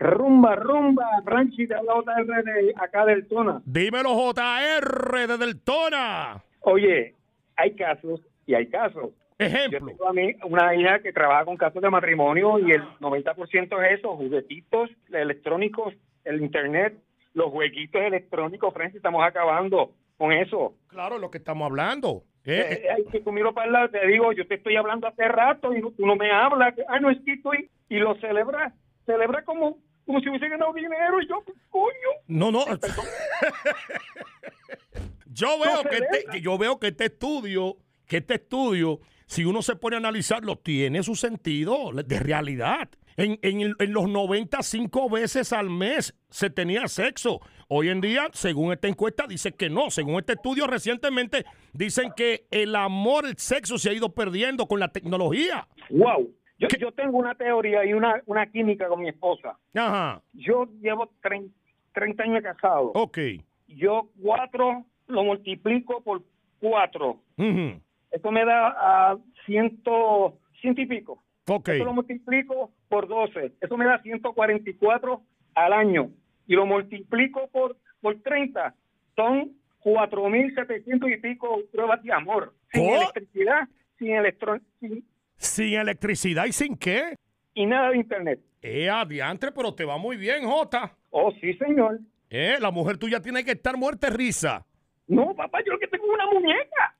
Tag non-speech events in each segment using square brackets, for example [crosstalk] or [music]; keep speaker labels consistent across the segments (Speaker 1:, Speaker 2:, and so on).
Speaker 1: Rumba, rumba, Franchi de la JR de acá del Tona.
Speaker 2: Dímelo, JR, desde el Tona.
Speaker 1: Oye, hay casos y hay casos. Yo
Speaker 2: Ejemplo.
Speaker 1: tengo a mí una hija que trabaja con casos de matrimonio y el 90% es eso, juguetitos electrónicos, el internet, los jueguitos electrónicos, Francis, estamos acabando con eso.
Speaker 2: Claro, lo que estamos hablando. Eh,
Speaker 1: Eh, ay, que tú miro para el lado, te digo, yo te estoy hablando hace rato y no- tú no me hablas. Ah, no, es que estoy... Y lo celebra, celebra como, como si hubiese ganado dinero. Y yo, pues, coño,
Speaker 2: No,
Speaker 1: eh,
Speaker 2: no. [laughs] yo veo que este,
Speaker 1: celebra.
Speaker 2: que yo veo que este estudio, que este estudio, si uno se pone a analizarlo, tiene su sentido de realidad. En, en el- en los 95 veces al mes se tenía sexo. Hoy en día, según esta encuesta, dice que no. Según este estudio recientemente, dicen que el amor, el sexo se ha ido perdiendo con la tecnología.
Speaker 1: wow. Yo, yo tengo una teoría y una, una química con mi esposa.
Speaker 2: Ajá,
Speaker 1: Yo llevo 30, 30 años de casado.
Speaker 2: ok.
Speaker 1: Yo cuatro lo multiplico por cuatro.
Speaker 2: Ujú,
Speaker 1: Esto me da a ciento, ciento y pico.
Speaker 2: Ok.
Speaker 1: Eso lo multiplico por 12. Eso me da 144 al año. Y lo multiplico por, por 30. Son 4.700 y pico pruebas de amor. Sin
Speaker 2: ¿Cómo?
Speaker 1: electricidad, sin electron sin-
Speaker 2: Sin electricidad y sin qué.
Speaker 1: y nada de internet.
Speaker 2: Eh, adiantre, pero te va muy bien, Jota.
Speaker 1: Oh, sí, señor.
Speaker 2: Eh, la mujer tuya tiene que estar muerta de
Speaker 1: [laughs]
Speaker 2: risa.
Speaker 1: No, papá, yo lo que tengo es una muñeca.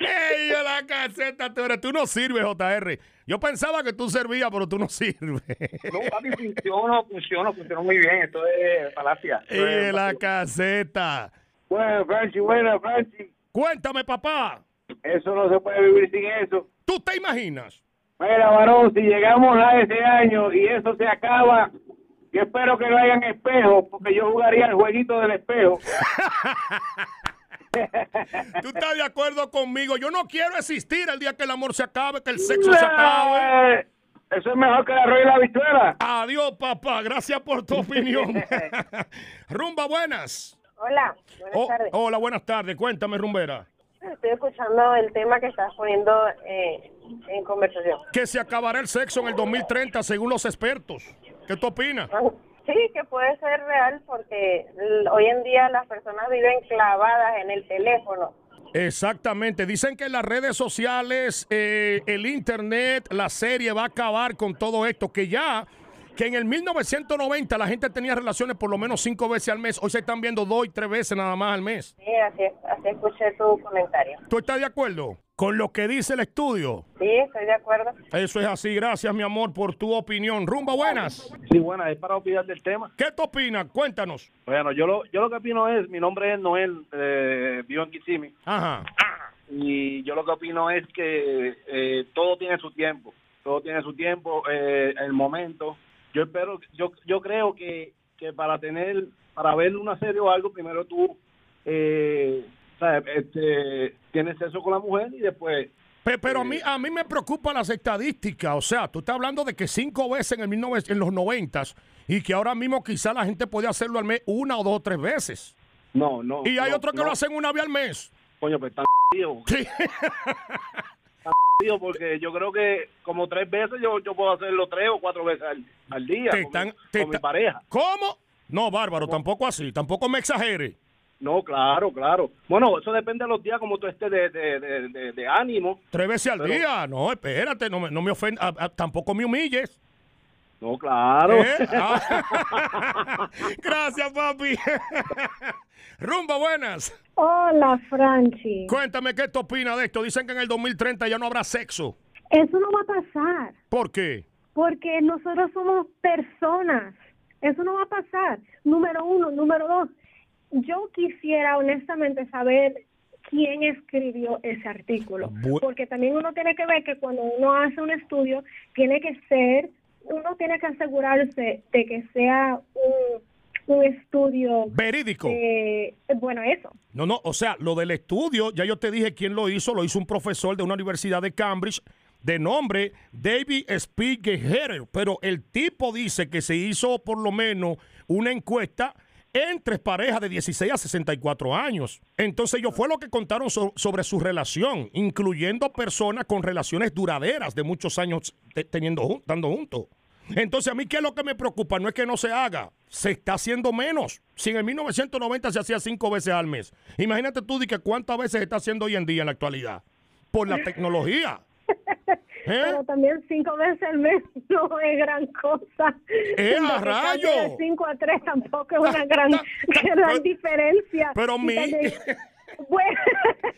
Speaker 2: ¡Ey, yo la caseta! Tú, eres- tú no sirves, JR. Yo pensaba que tú servías, pero tú no sirves.
Speaker 1: No, papi, funciona, funciona, funciona muy bien. Esto es palacia. Esto es
Speaker 2: ¡Ey, Eh, la
Speaker 1: vacío.
Speaker 2: caseta!
Speaker 1: Bueno, Franchi, bueno, Franchi.
Speaker 2: Cuéntame, papá.
Speaker 1: Eso no se puede vivir sin eso.
Speaker 2: ¿Tú te imaginas?
Speaker 1: Mira, varón, si llegamos a ese año y eso se acaba, yo espero que no hayan espejo, porque yo jugaría el jueguito del espejo.
Speaker 2: ¿Tú estás de acuerdo conmigo? Yo no quiero existir el día que el amor se acabe, que el sexo se acabe.
Speaker 1: Eh, Eso es mejor que el arroz y la bichuela.
Speaker 2: Adiós, papá. Gracias por tu opinión.
Speaker 3: [laughs]
Speaker 2: Rumba, buenas.
Speaker 3: Hola, buenas
Speaker 2: Oh,
Speaker 3: tardes.
Speaker 2: hola, buenas tardes. Cuéntame, rumbera.
Speaker 3: Estoy escuchando el tema que estás poniendo eh, en conversación. [laughs]
Speaker 2: que se acabará el sexo en el 2030 según los expertos. ¿Qué tú opinas?
Speaker 3: Sí, que puede ser real porque l- hoy en día las personas viven clavadas en el teléfono.
Speaker 2: Exactamente. Dicen que las redes sociales, eh, el internet, la serie va a acabar con todo esto. Que ya, que en el 1990 la gente tenía relaciones por lo menos cinco veces al mes. Hoy se están viendo dos y tres veces nada más al mes.
Speaker 3: Sí, así, así escuché tu comentario.
Speaker 2: ¿Tú estás de acuerdo con lo que dice el estudio?
Speaker 3: Sí, estoy de acuerdo.
Speaker 2: Eso es así. Gracias, mi amor, por tu opinión. Rumba, buenas.
Speaker 4: Sí, buena, es para opinar del tema.
Speaker 2: ¿Qué tú opinas? Cuéntanos.
Speaker 4: Bueno, yo lo, yo lo que opino es, mi nombre es Noel, eh, vivo en Kissimmee,
Speaker 2: Ajá.
Speaker 4: y yo lo que opino es que eh, todo tiene su tiempo, todo tiene su tiempo, eh, el momento. Yo espero, yo, yo creo que, que para tener, para ver una serie o algo, primero tú eh, sabes, este, tienes sexo con la mujer y después
Speaker 2: Pe- Pero a mí, a mí me preocupan las estadísticas. O sea, tú estás hablando de que cinco veces en, el 19 en los 90 y que ahora mismo quizá la gente puede hacerlo al mes una o dos o tres veces.
Speaker 4: no, no.
Speaker 2: Y hay
Speaker 4: no,
Speaker 2: otros que
Speaker 4: no.
Speaker 2: lo hacen una vez al mes. [laughs]
Speaker 4: Coño, pues están tío.
Speaker 2: Sí.
Speaker 4: tío, porque yo creo que como tres veces yo, yo puedo hacerlo tres o cuatro veces al, al día
Speaker 2: Te
Speaker 4: con,
Speaker 2: están-
Speaker 4: mi,
Speaker 2: te
Speaker 4: con mi
Speaker 2: está-
Speaker 4: pareja.
Speaker 2: ¿Cómo? No, bárbaro, tampoco así. Tampoco me exagere.
Speaker 4: No, claro, claro. Bueno, eso depende de los días como tú estés de, de, de, de- de ánimo.
Speaker 2: Tres veces al
Speaker 4: Pero-
Speaker 2: día. No, espérate, no me, no me ofendas. Tampoco me humilles.
Speaker 4: No, claro.
Speaker 2: ¿Eh? [laughs] Ah. Gracias, papi. [laughs] Rumba, buenas.
Speaker 5: Hola, Franchi.
Speaker 2: Cuéntame qué tú opinas de esto. Dicen que en el 2030 ya no habrá sexo.
Speaker 5: Eso no va a pasar,
Speaker 2: ¿Por qué?
Speaker 5: porque nosotros somos personas. Eso no va a pasar. Número uno, número dos. Yo quisiera honestamente saber quién escribió ese artículo,
Speaker 2: Bu-
Speaker 5: porque también uno tiene que ver que cuando uno hace un estudio, tiene que ser, uno tiene que asegurarse de que sea un, un estudio,
Speaker 2: Verídico.
Speaker 5: eh, bueno, eso.
Speaker 2: No, no, o sea, lo del estudio, ya yo te dije quién lo hizo, lo hizo un profesor de una universidad de Cambridge de nombre David Spiegel, pero el tipo dice que se hizo por lo menos una encuesta entre parejas de 16 a 64 años. Entonces ellos fue lo que contaron so- sobre su relación, incluyendo personas con relaciones duraderas de muchos años te- teniendo jun- estando juntos. Entonces a mí qué es lo que me preocupa, no es que no se haga, se está haciendo menos. Si en el 1990 se hacía cinco veces al mes, imagínate tú de que cuántas veces se está haciendo hoy en día en la actualidad por la tecnología.
Speaker 5: [laughs]
Speaker 2: ¿Eh?
Speaker 5: Pero también cinco veces al mes [laughs] no es gran cosa.
Speaker 2: ¡Eh, a
Speaker 5: Lo que cambia
Speaker 2: rayo!
Speaker 5: De cinco a tres tampoco es una gran,
Speaker 2: ta- ta-
Speaker 5: [laughs] gran
Speaker 2: pero-
Speaker 5: diferencia.
Speaker 2: pero mi- [laughs]
Speaker 5: Fíjate. Bueno,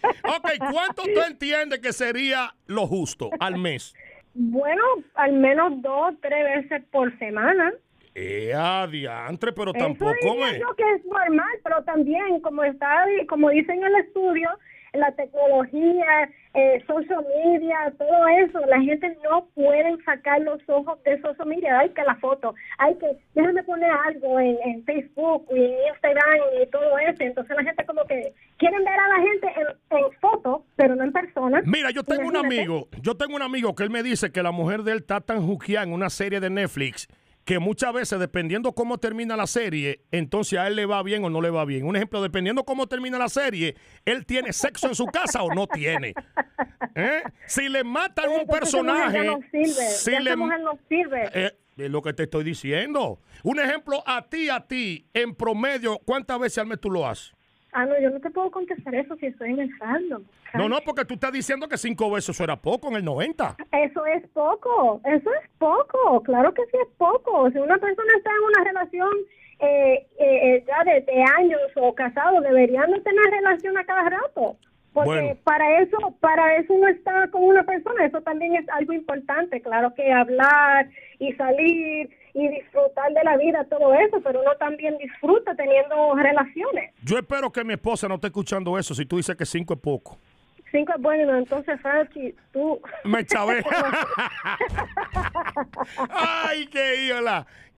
Speaker 5: [laughs]
Speaker 2: Ok, ¿cuánto tú entiendes que sería lo justo al mes?
Speaker 5: bueno, al menos dos, tres veces por semana.
Speaker 2: Eh, adiantre, pero
Speaker 5: Eso
Speaker 2: tampoco
Speaker 5: diría
Speaker 2: me...
Speaker 5: yo que es normal, pero también, como está, como dice en el estudio, la tecnología, eh, social media, todo eso, la gente no puede sacar los ojos de social media. Hay que la foto, hay que, déjame poner algo en, en Facebook y en Instagram y todo eso. Entonces la gente como que quieren ver a la gente en, en foto, pero no en persona.
Speaker 2: Mira, yo tengo un
Speaker 5: Imagínate.
Speaker 2: amigo, yo tengo un amigo que él me dice que la mujer de él está tan juqueada en una serie de Netflix que muchas veces, dependiendo cómo termina la serie, entonces a él le va bien o no le va bien. Un ejemplo, dependiendo cómo termina la serie, él tiene sexo en su casa o no tiene. ¿Eh? Si le matan un
Speaker 5: Entonces esa mujer
Speaker 2: personaje,
Speaker 5: ya no sirve,
Speaker 2: si
Speaker 5: ya
Speaker 2: le
Speaker 5: esa mujer no sirve.
Speaker 2: Eh, es lo que te estoy diciendo. Un ejemplo, a ti, a ti, en promedio, ¿cuántas veces al mes tú lo haces?
Speaker 5: Ah, no, yo no te puedo contestar eso si estoy en el saldo.
Speaker 2: No, no, porque tú estás diciendo que cinco veces eso era poco en el 90.
Speaker 5: Eso es poco, eso es poco, claro que sí es poco. Si una persona está en una relación eh, eh, eh, ya de, de años o casado, deberían de tener relación a cada rato. Porque
Speaker 2: Bueno.
Speaker 5: para eso, para eso uno está con una persona, eso también es algo importante, claro que hablar y salir y disfrutar de la vida, todo eso, pero uno también disfruta teniendo relaciones.
Speaker 2: Yo espero que mi esposa no esté escuchando eso si tú dices que cinco es poco.
Speaker 5: Cinco es bueno, entonces Frankie, tú...
Speaker 2: [laughs] Me chavé. Ay, qué íola.